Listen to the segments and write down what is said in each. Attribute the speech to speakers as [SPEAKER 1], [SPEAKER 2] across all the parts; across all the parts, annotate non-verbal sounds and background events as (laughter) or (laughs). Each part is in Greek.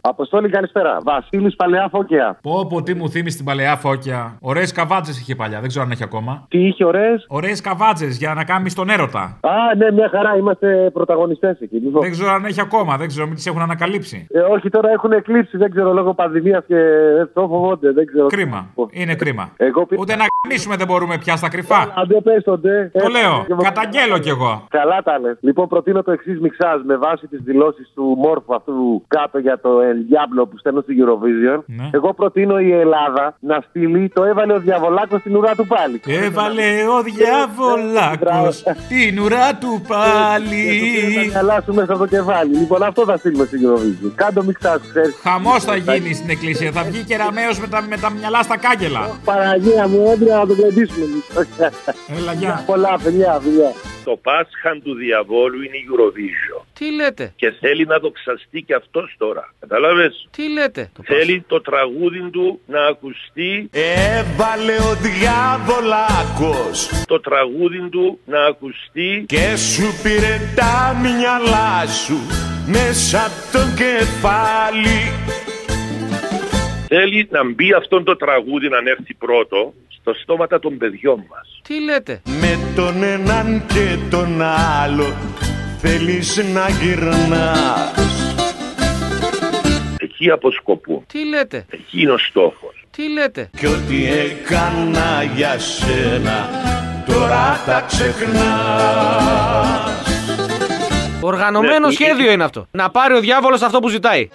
[SPEAKER 1] Αποστόλη, καλησπέρα. Βασίλης Παλαιά Φώκια.
[SPEAKER 2] Πω, πω, τι μου θύμισε την παλαιά φώκια. Ωραίες καβάτζες είχε παλιά, δεν ξέρω αν έχει ακόμα.
[SPEAKER 1] Τι είχε ωραίες.
[SPEAKER 2] Ωραίες καβάτζες για να κάνεις τον έρωτα.
[SPEAKER 1] Α, ναι, μια χαρά. Είμαστε πρωταγωνιστές εκεί. Λοιπόν.
[SPEAKER 2] Δεν ξέρω αν έχει ακόμα, δεν ξέρω, μην τις έχουν ανακαλύψει.
[SPEAKER 1] Ε, όχι, τώρα έχουν εκλείψει. Δεν ξέρω λόγω πανδημίας και αυτό φοβόνται. Δεν ξέρω.
[SPEAKER 2] Κρίμα. Είναι κρίμα.
[SPEAKER 1] Εγώ πει...
[SPEAKER 2] Ούτε να κνήσουμε δεν μπορούμε πια στα κρυφά.
[SPEAKER 1] Αν δεν πες το ντε.
[SPEAKER 2] Το
[SPEAKER 1] Ε,
[SPEAKER 2] λέω.
[SPEAKER 1] και-
[SPEAKER 2] Καταγγέλω κι εγώ.
[SPEAKER 1] Καλά τα λες. Λοιπόν, προτείνω το εξής μιξάζ με βάση τις δηλώσεις του Μόρφου αυτού κάτω για το El Diablo που στέλνω στην Eurovision.
[SPEAKER 2] Ναι.
[SPEAKER 1] Εγώ προτείνω η Ελλάδα να στείλει το έβαλε ο Διαβολάκος στην ουρά του πάλι.
[SPEAKER 2] Ε, Έβαλε ο διαβολάκος την ουρά του πάλι.
[SPEAKER 1] Θα χαλάσουν μέσα από το κεφάλι. Λοιπόν, αυτό θα στείλουμε στην Eurovision. Κάντο μιξάζ, ξέρεις.
[SPEAKER 2] Χαμός θα γίνει στην εκκλησία. Θα βγει κεραμέως με τα, με τα μυαλά στα κάγκελα.
[SPEAKER 1] Παραγία μου, έντρια να τον κρατήσουμε.
[SPEAKER 2] Έλα, γεια.
[SPEAKER 1] (laughs) Πολλά φιλιά, φιλιά.
[SPEAKER 3] Το Πάσχαν του Διαβόλου είναι η Eurovision.
[SPEAKER 4] Τι λέτε,
[SPEAKER 3] Και θέλει να δοξαστεί και αυτός τώρα. Κατάλαβες.
[SPEAKER 4] τι λέτε. Το
[SPEAKER 3] Θέλει το τραγούδι του να ακουστεί, ε,
[SPEAKER 5] Έβαλε ο διάβολακος
[SPEAKER 3] το τραγούδι του να ακουστεί
[SPEAKER 5] και σου πήρε τα μυαλά σου μέσα από το κεφάλι.
[SPEAKER 3] Θέλει να μπει αυτό το τραγούδι να έρθει πρώτο στο στόματα των παιδιών μας.
[SPEAKER 4] πας- Τι λέτε.
[SPEAKER 5] Με τον έναν και τον άλλο θέλεις να γυρνάς.
[SPEAKER 3] Εκεί αποσκοπούν.
[SPEAKER 4] Τι λέτε.
[SPEAKER 3] Εκεί είναι ο στόχος.
[SPEAKER 4] Τι λέτε.
[SPEAKER 5] Κι ό,τι έκανα για σένα τώρα τα ξεχνάς.
[SPEAKER 4] Οργανωμένο
[SPEAKER 3] Ναι,
[SPEAKER 4] σχέδιο είναι αυτό. Να πάρει ο διάβολος αυτό που ζητάει.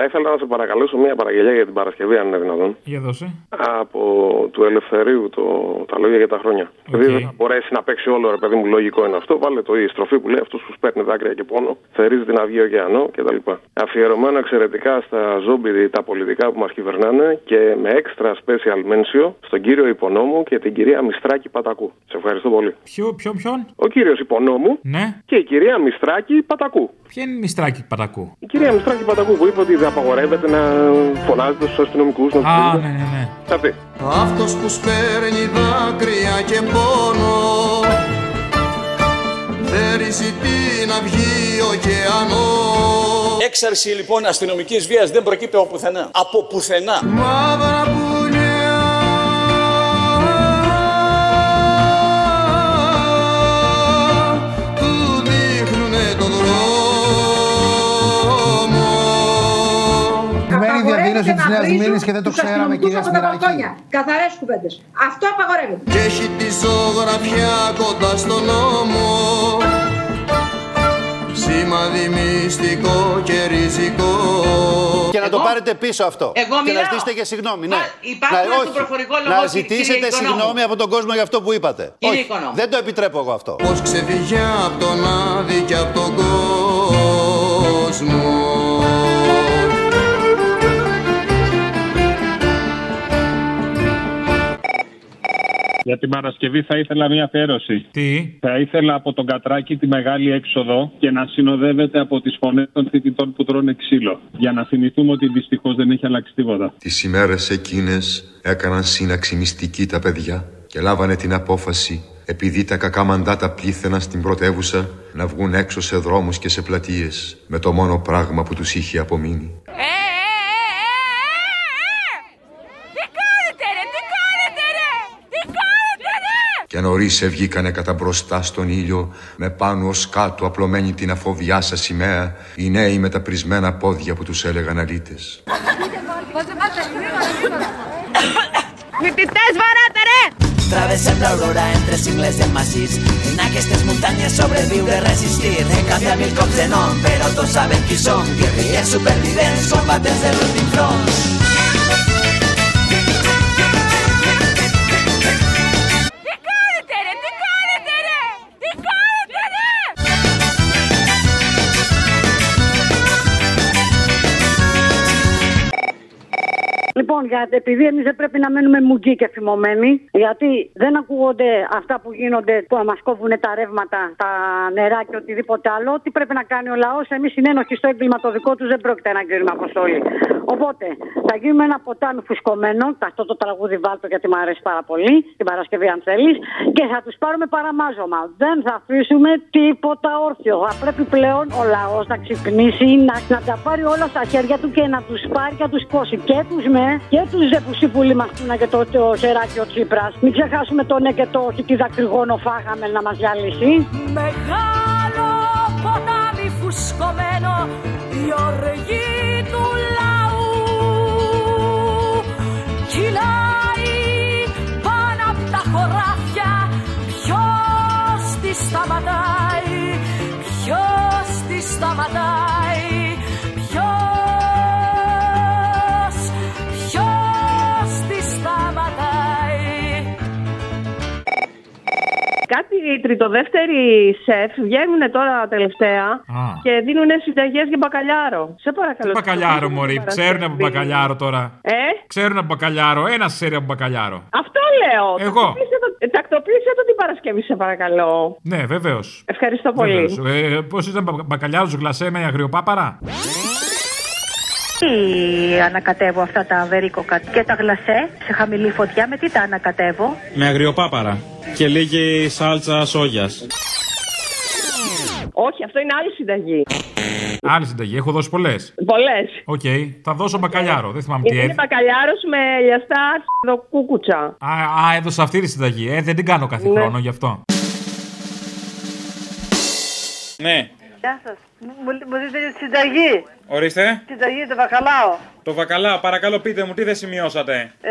[SPEAKER 6] Θα ήθελα να σε παρακαλέσω μια παραγγελία για την Παρασκευή, αν είναι δυνατόν.
[SPEAKER 2] Για δώσε.
[SPEAKER 6] Από του Ελευθερίου το, τα λόγια για τα χρόνια. Επειδή δεν θα μπορέσει να παίξει όλο, ρε παιδί μου, λογικό είναι αυτό. Βάλε το η στροφή που λέει αυτού που παίρνει δάκρυα και πόνο, θερίζει την αυγή ωκεανό κτλ. Αφιερωμένο εξαιρετικά στα ζόμπι τα πολιτικά που μας κυβερνάνε και με έξτρα special mention στον κύριο Υπονόμου και την κυρία Μιστράκη Πατακού. Σε ευχαριστώ πολύ.
[SPEAKER 2] Ποιο, ποιον, ποιον.
[SPEAKER 6] Ο κύριος Υπονόμου
[SPEAKER 2] Ναι.
[SPEAKER 6] και η κυρία Μιστράκη Πατακού.
[SPEAKER 2] Ποια είναι η μιστράκι πατακού.
[SPEAKER 6] Η κυρία Μιστράκη Πατακού που είπε ότι δεν απαγορεύεται να φωνάζετε στους αστυνομικούς να τους
[SPEAKER 2] Α,
[SPEAKER 6] δίνετε.
[SPEAKER 2] ναι, ναι, ναι.
[SPEAKER 6] Αυτή.
[SPEAKER 7] Αυτός που σπέρνει δάκρυα και πόνο Θέριζε την αυγή ωκεανό
[SPEAKER 8] Έξαρση λοιπόν αστυνομικής βίας δεν προκύπτει από πουθενά. Από πουθενά.
[SPEAKER 7] Μαύρα πουλιά Του δείχνουνε τον δρόμο
[SPEAKER 9] Επιμένει η διαδήλωση τη Νέα Μήνη
[SPEAKER 10] Μήνης
[SPEAKER 9] και δεν το ξέραμε, κυρία Σπυράκη.
[SPEAKER 10] Καθαρές κουβέντες. Αυτό απαγορεύεται.
[SPEAKER 7] και έχει τη ζωγραφιά κοντά στον νόμο σημάδι μυστικό και ριζικό
[SPEAKER 11] Και να το πάρετε πίσω αυτό.
[SPEAKER 10] Εγώ
[SPEAKER 11] και να
[SPEAKER 10] μιλάω.
[SPEAKER 11] ζητήσετε και συγγνώμη. Ναι.
[SPEAKER 10] Μα υπάρχουν στον προφορικό λόγο,
[SPEAKER 11] να
[SPEAKER 10] κύριε-
[SPEAKER 11] ζητήσετε
[SPEAKER 10] κύριε Οικονόμου.
[SPEAKER 11] συγγνώμη από τον κόσμο για αυτό που είπατε.
[SPEAKER 10] Κύριε Οικονόμου.
[SPEAKER 11] δεν το επιτρέπω εγώ αυτό.
[SPEAKER 7] πως ξεφυγιά από τον άδη και από τον κόσμο
[SPEAKER 12] Για την Παρασκευή θα ήθελα μια αφιέρωση.
[SPEAKER 2] Τι.
[SPEAKER 12] Θα ήθελα από τον Κατράκη τη μεγάλη έξοδο και να συνοδεύεται από τις φωνές των θητητών που τρώνε ξύλο. Για να θυμηθούμε ότι δυστυχώς δεν έχει αλλάξει τίποτα.
[SPEAKER 7] Τις ημέρες εκείνες έκαναν σύναξη μυστική τα παιδιά και λάβανε την απόφαση επειδή τα κακά μαντάτα πλήθαιναν στην πρωτεύουσα να βγουν έξω σε δρόμους και σε πλατείες με το μόνο πράγμα που τους είχε απομείνει.
[SPEAKER 10] Ε, Τι κάνετε, ρε, τι κάνετε, ρε! Τι κάνετε, ρε!
[SPEAKER 7] Και νωρίς ευγήκανε κατά μπροστά στον ήλιο, με πάνω ως κάτω απλωμένη την αφοβιά σας σημαία, οι νέοι με τα πρισμένα πόδια που τους έλεγαν αλήτες.
[SPEAKER 10] Φοιτητές βαράτε, ρε!
[SPEAKER 8] Atravesar la aurora entre cingles de massís En aquestes muntanyes sobreviure, resistir En canviar mil cops de nom, però tots saben qui som Guerrillers supervivents, combatents de l'últim front
[SPEAKER 10] Τι κάνετε, ρε, τι κάνετε, ρε! Τι κάνετε, ρε!
[SPEAKER 13] Λοιπόν, γιατί επειδή εμείς δεν πρέπει να μένουμε μουγγί και φημωμένοι, γιατί δεν ακούγονται αυτά που γίνονται, που μας κόβουν τα ρεύματα, τα νερά και οτιδήποτε άλλο. Τι πρέπει να κάνει ο λαός, εμείς συνένοχοι στο έγκλημα το δικό τους δεν πρόκειται να γίνουμε αποστολή. Οπότε θα γίνουμε ένα ποτάμι φουσκωμένο, αυτό το τραγούδι βάλτο γιατί μου αρέσει πάρα πολύ, την Παρασκευή αν θέλεις, και θα τους πάρουμε παραμάζωμα. Δεν θα αφήσουμε τίποτα όρθιο. Θα πρέπει πλέον ο λαός να ξυπνήσει, να, να τα πάρει όλα στα χέρια του και να τους πάρει και να τους κόσει. Και τους με και τους δε που σύμβουλοι μα και το, το σεράκι ο Τσίπρας. Μην ξεχάσουμε το ναι και το όχι, τι δακρυγόνο φάγαμε να μας διαλύσει.
[SPEAKER 10] Μεγάλο ποτάμι φουσκωμένο η οργή του λαού κυλάει πάνω από τα χωράφια ποιος τη σταματάει ποιος τη σταματάει ποιος ποιος τη σταματάει
[SPEAKER 14] Κάτι τριτοδεύτεροι σεφ βγαίνουν τώρα τελευταία και δίνουν συνταγές για μπακαλιάρο. Σε παρακαλώ.
[SPEAKER 2] Μπακαλιάρο, Μωρή.
[SPEAKER 14] Παρασκευή.
[SPEAKER 2] Ξέρουν από μπακαλιάρο τώρα.
[SPEAKER 14] Ε,
[SPEAKER 2] Ξέρουν από μπακαλιάρο. Ένα ξέρει από μπακαλιάρο.
[SPEAKER 14] αυτό λέω.
[SPEAKER 2] Εγώ.
[SPEAKER 14] Τακτοποίησε το, τακτοποίησε το την Παρασκευή, σε παρακαλώ.
[SPEAKER 2] Ναι, βεβαίως.
[SPEAKER 14] Ευχαριστώ πολύ.
[SPEAKER 2] Ε, Πώς ήταν μπα- μπακαλιάρος, γλασέ με αγριοπάπαρα.
[SPEAKER 15] Τι ανακατεύω αυτά τα βερίκοκα και τα γλασέ σε χαμηλή φωτιά, με τι τα ανακατεύω.
[SPEAKER 16] Με αγριοπάπαρα και λίγη σάλτσα σόγιας.
[SPEAKER 14] Όχι, αυτό είναι άλλη συνταγή.
[SPEAKER 2] Άλλη συνταγή, έχω δώσει πολλές.
[SPEAKER 14] Πολλές.
[SPEAKER 2] Οκ, θα δώσω μπακαλιάρο. Δεν θυμάμαι τι
[SPEAKER 14] Είναι
[SPEAKER 2] έδι.
[SPEAKER 14] μπακαλιάρο Ε, με λιαστά αρχίδο κούκουτσα.
[SPEAKER 2] Α, α, έδωσα αυτή τη συνταγή. Ε, δεν την κάνω κάθε
[SPEAKER 14] Ναι.
[SPEAKER 2] χρόνο γι' αυτό.
[SPEAKER 16] Ναι,
[SPEAKER 17] Γεια σας. Μου, μου δείτε τη συνταγή.
[SPEAKER 16] ορίστε.
[SPEAKER 17] Συνταγή το βακαλάο.
[SPEAKER 16] Το βακαλά, παρακαλώ πείτε μου τι δεν σημειώσατε.
[SPEAKER 17] Ε,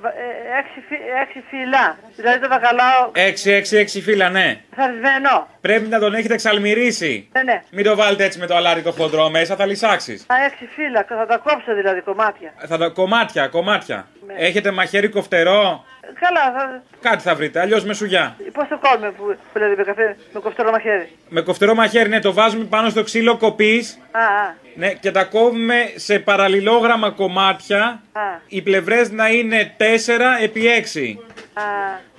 [SPEAKER 17] βα- ε, έξι, φι, έξι φύλλα. Δηλαδή το βακαλάο
[SPEAKER 16] 6-6-6 φύλλα, ναι.
[SPEAKER 17] θαρισμένο.
[SPEAKER 16] Πρέπει να τον έχετε εξαλμυρίσει.
[SPEAKER 17] Ναι, ναι.
[SPEAKER 16] Μην το βάλετε έτσι με το αλάτι το χοντρό μέσα, θα λυσάξεις.
[SPEAKER 17] Α, έξι φύλλα. Θα τα κόψω δηλαδή κομμάτια. Ναι.
[SPEAKER 16] Θα τα... Κομμάτια, κομμάτια. Έχετε μαχαίρι κοφτερό.
[SPEAKER 17] Καλά, θα...
[SPEAKER 16] Κάτι θα βρείτε, αλλιώς με σουγιά.
[SPEAKER 17] πώς το κόβουμε που, που λέτε με, καφέ, με κοφτερό μαχαίρι.
[SPEAKER 16] Με κοφτερό μαχαίρι, ναι, το βάζουμε πάνω στο ξύλο κοπή.
[SPEAKER 17] Α, α,
[SPEAKER 16] Ναι, και τα κόβουμε σε παραλληλόγραμμα κομμάτια.
[SPEAKER 17] α,
[SPEAKER 16] Οι πλευρές να είναι 4 επί 6.
[SPEAKER 17] α,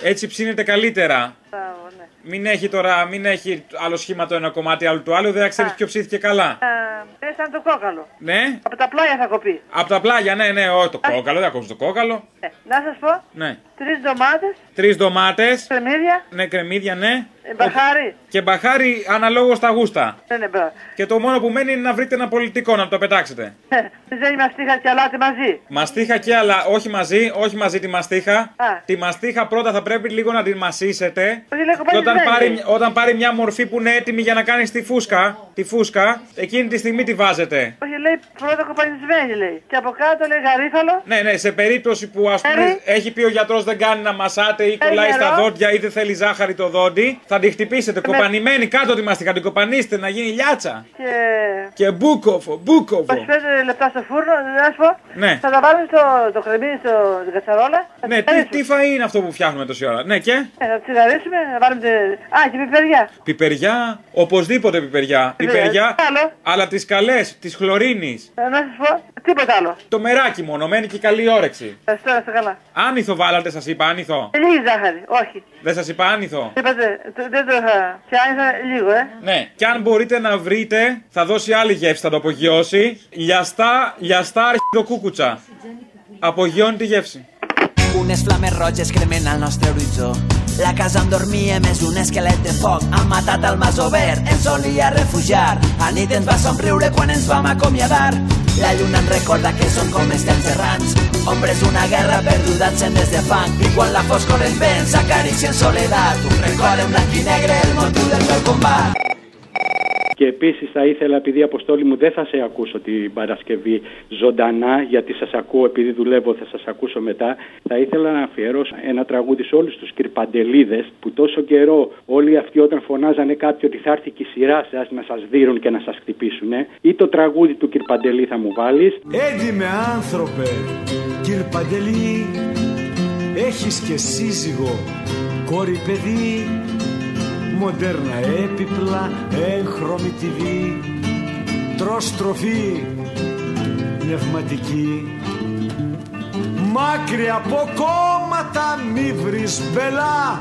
[SPEAKER 16] Έτσι ψήνεται καλύτερα.
[SPEAKER 17] μπράβο, ναι.
[SPEAKER 16] Μην έχει τώρα, μην έχει άλλο σχήμα το ένα κομμάτι, άλλο το άλλο, δεν ξέρει ποιο ψήθηκε καλά.
[SPEAKER 17] Α, είναι Ε, σαν το κόκαλο.
[SPEAKER 16] Ναι.
[SPEAKER 17] Από τα πλάγια θα κοπεί.
[SPEAKER 16] Από τα πλάγια, ναι, ναι, όχι το κόκαλο, δεν ακούω το κόκαλο.
[SPEAKER 17] Ε, να σας πω,
[SPEAKER 16] Ναι.
[SPEAKER 17] τρεις ντομάτες,
[SPEAKER 16] Τρεις ντομάτες.
[SPEAKER 17] κρεμμύδια,
[SPEAKER 16] Ναι, κρεμμύδια, ναι.
[SPEAKER 17] ε, μπαχάρι.
[SPEAKER 16] Και μπαχάρι αναλόγως τα γούστα.
[SPEAKER 17] Ναι, ναι, μπράβο.
[SPEAKER 16] Και το μόνο που μένει είναι να βρείτε ένα πολιτικό να το πετάξετε.
[SPEAKER 17] Ε, Δεν είμαστε είχα και αλάτι μαζί.
[SPEAKER 16] Μαστίχα και αλλά όχι μαζί, όχι μαζί τη μαστίχα. Τη μαστίχα πρώτα θα πρέπει λίγο να την μασίσετε.
[SPEAKER 17] Όχι, λέγω
[SPEAKER 16] Και
[SPEAKER 17] πάλι
[SPEAKER 16] όταν
[SPEAKER 17] δεν
[SPEAKER 16] πάρει,
[SPEAKER 17] είναι.
[SPEAKER 16] όταν πάρει μια μορφή που είναι έτοιμη για να κάνει τη φούσκα, τη φούσκα, εκείνη τη στιγμή τη βάζετε.
[SPEAKER 17] Όχι, λέει πρώτα κοπανισμένη, λέει. Και από κάτω λέει γαρίφαλο.
[SPEAKER 16] Ναι, ναι, σε περίπτωση που ας πούμε έχει πει ο γιατρός δεν κάνει να μασάτε ή
[SPEAKER 17] Ε,
[SPEAKER 16] κολλάει στα
[SPEAKER 17] νερό.
[SPEAKER 16] δόντια ή δεν θέλει ζάχαρη το δόντι, θα την χτυπήσετε κοπανημένη κάτω τη μαστίχα, την κοπανίστε να γίνει λιάτσα.
[SPEAKER 17] Και
[SPEAKER 16] Και μπούκοφο, μπούκοφο.
[SPEAKER 17] 25 λεπτά στο φούρνο, να σου πω.
[SPEAKER 16] Ναι.
[SPEAKER 17] Θα τα βάλουμε στο το κρεμμύδι, στο την κατσαρόλα. Θα
[SPEAKER 16] Ναι, τι, τι φαΐ είναι αυτό που φτιάχνουμε τόση ώρα. Ναι, και.
[SPEAKER 17] Ε, θα τσιγαρίσουμε, να βάλουμε. τη- Α, και πιπεριά.
[SPEAKER 16] Πιπεριά, οπωσδήποτε πιπεριά. Πιπεριά, αλλά τις καλές, τη χλωρίνη.
[SPEAKER 17] Ε, να σας πω, τίποτα άλλο.
[SPEAKER 16] Το μεράκι μόνο, μένει και η καλή όρεξη.
[SPEAKER 17] Ευχαριστώ, να είστε καλά.
[SPEAKER 16] Άνηθο βάλατε, σας είπα άνηθο.
[SPEAKER 17] Ε, λίγη ζάχαρη, όχι.
[SPEAKER 16] Δεν σας είπα άνηθο.
[SPEAKER 17] Είπατε, το- δεν το είχα. Και αν ήταν λίγο, ε.
[SPEAKER 16] Ναι. Και αν μπορείτε να βρείτε, θα δώσει άλλη γεύση, θα το απογειώσει. Λιαστά, λιαστά αρχιδοκούκουτσα. Απογειώνει τη γεύση.
[SPEAKER 8] Unes flamerroges cremen al nostre horitzó. La casa on dormia més un esquelet de foc ha matat el mas obert, ens solia refugiar. A nit ens va somriure quan ens vam acomiadar. La lluna ens recorda que som com estels errants, hombres d'una guerra perduda en sendes de fang. I quan la foscor ens ven, s'acaricia en soledat. Un record en blanc i negre, el motiu del meu combat.
[SPEAKER 18] Και επίσης θα ήθελα, επειδή Αποστόλη μου δεν θα σε ακούσω την Παρασκευή ζωντανά, γιατί σας ακούω, επειδή δουλεύω, θα σας ακούσω μετά. Θα ήθελα να αφιερώσω ένα τραγούδι σε όλους τους κυρπαντελίδες που τόσο καιρό όλοι αυτοί όταν φωνάζανε κάποιοι ότι θα έρθει και η σειρά σας να σας δίνουν και να σας χτυπήσουν. Ή το τραγούδι του κυρπαντελή θα μου βάλεις.
[SPEAKER 5] Έτσι με άνθρωπε, κύρ Παντελή, έχεις και σύζυγο, κόρη παιδί, μοντέρνα έπιπλα, έγχρωμη TV, τρως τροφή, πνευματική. Μάκρυ από κόμματα μη βρεις μπελά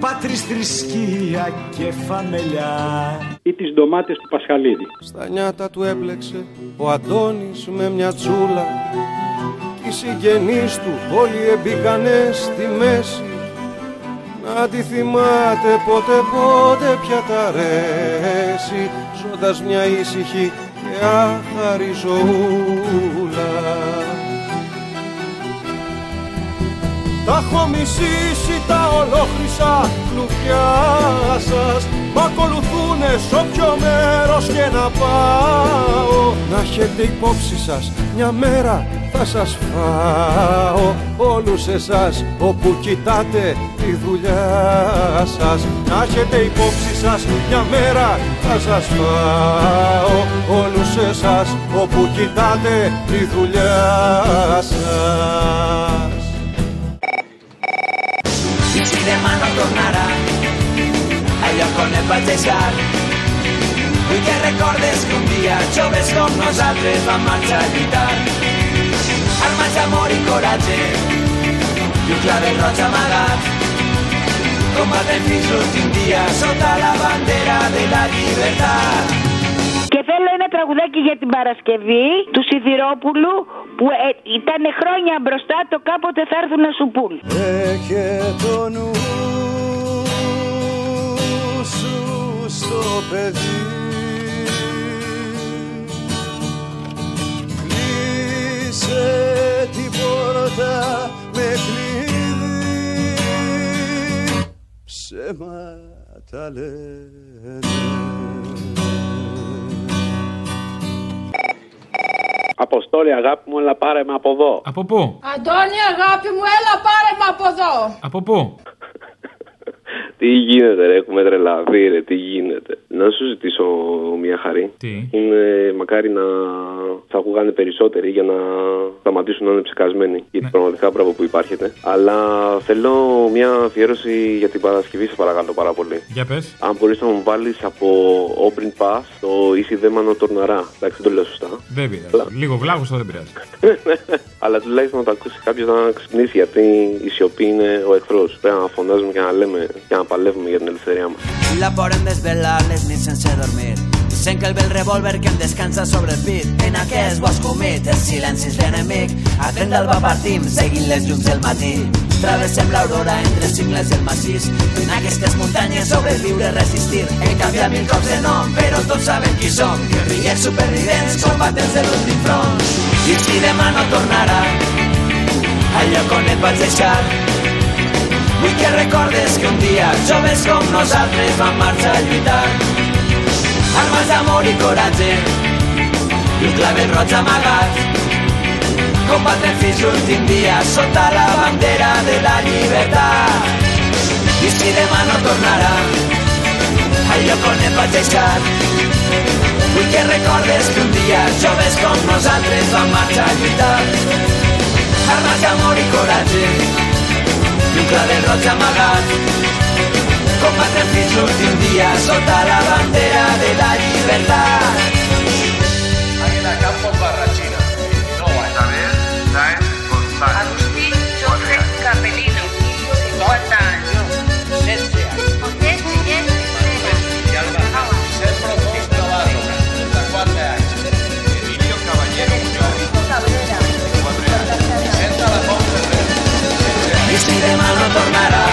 [SPEAKER 5] Πάτρις θρησκεία και φαμελιά
[SPEAKER 18] ή τις ντομάτες του Πασχαλίδη.
[SPEAKER 19] Στα νιάτα του έπλεξε ο Αντώνης με μια τσούλα Οι συγγενείς του όλοι εμπήκανε στη μέση Να τη θυμάται ποτέ πότε πια τα αρέσει Ζώντας μια ήσυχη και άχαρη ζωούλα
[SPEAKER 5] Τα έχω μισήσει τα ολόχρυσα κλουβιά σας Μ' ακολουθούνε σ' όποιο μέρος και να πάω
[SPEAKER 19] Να έχετε υπόψη σας, μια μέρα θα σας φάω Όλους εσάς όπου κοιτάτε τη δουλειά σας Να έχετε υπόψη σας, μια μέρα θα σας φάω Όλους εσάς όπου κοιτάτε τη δουλειά σας
[SPEAKER 8] Y si de mano tornara a ellos con el bachesar y que recordes que un día lloves con nosaltres va marcha a lluitar armas d'amor i coratge i un clavel roig amagat combatem fins l'últim dia sota la bandera de la llibertat
[SPEAKER 20] Και θέλω ένα τραγουδάκι για την Παρασκευή του Σιδηρόπουλου που ε, ήταν χρόνια μπροστά το κάποτε θα έρθουν να σου πούν.
[SPEAKER 19] Έχε το νου σου στο παιδί Κλείσε την πόρτα με κλειδί Ψέματα λένε
[SPEAKER 21] Αποστόλη, αγάπη μου, έλα πάρε με από εδώ.
[SPEAKER 2] Από πού?
[SPEAKER 10] Αντώνη, αγάπη μου, έλα πάρε με από εδώ.
[SPEAKER 2] Από πού?
[SPEAKER 21] Τι γίνεται, ρε, έχουμε τρελαθεί, ρε, τι γίνεται. Να σου ζητήσω μια χαρή.
[SPEAKER 2] Τι?
[SPEAKER 21] Είναι μακάρι να θα ακούγανε περισσότεροι για να σταματήσουν να είναι ψεκασμένοι. Γιατί πραγματικά μπράβο που υπάρχετε. Αλλά θέλω μια αφιέρωση για την Παρασκευή, σε παρακαλώ πάρα πολύ.
[SPEAKER 2] Για πες.
[SPEAKER 21] Αν μπορείς να μου βάλεις από Open Pass το Easy Δέμανο Τορναρά. Εντάξει, δεν το λέω σωστά.
[SPEAKER 2] Δεν πειράζει. Λίγο βλάβος, αλλά δεν πειράζει.
[SPEAKER 21] Αλλά τουλάχιστον να το ακούσει κάποιος να ξυπνήσει γιατί η σιωπή είναι ο εχθρός. Πρέπει να φωνάζουμε και να λέμε και να παλεύουμε για την ελευθερία μας.
[SPEAKER 8] La poden desvelar les nits sense dormir. Sent que el vell revòlver que em descansa sobre el pit. En aquest bosc humit, el silenci és l'enemic. Atent del va partim, seguint les llums del matí. Travessem l'aurora entre els cingles del massís. En aquestes muntanyes sobreviure, resistir. Hem canviat mil cops de nom, però tots sabem qui som. Guerrillers supervivents, combatents de l'últim front. I si demà no tornarà al lloc on et vaig deixar, Vull que recordes que un dia joves com nosaltres vam marxar a lluitar. Armes d'amor i coratge i un clavel roig amagat. Combatrem fins l'últim dia sota la bandera de la llibertat. I si demà no tornarà al lloc on et vaig deixar, vull que recordes que un dia joves com nosaltres vam marxar a lluitar. Armes d'amor i coratge i un clavel roig amagat. Combatrem fins l'últim dia sota la bandera de la llibertat. Àguila Campo Barrachina. No, Isabel Saez González. Agustí José Capelino. 50 anys. 16 anys. I si demà no tornarà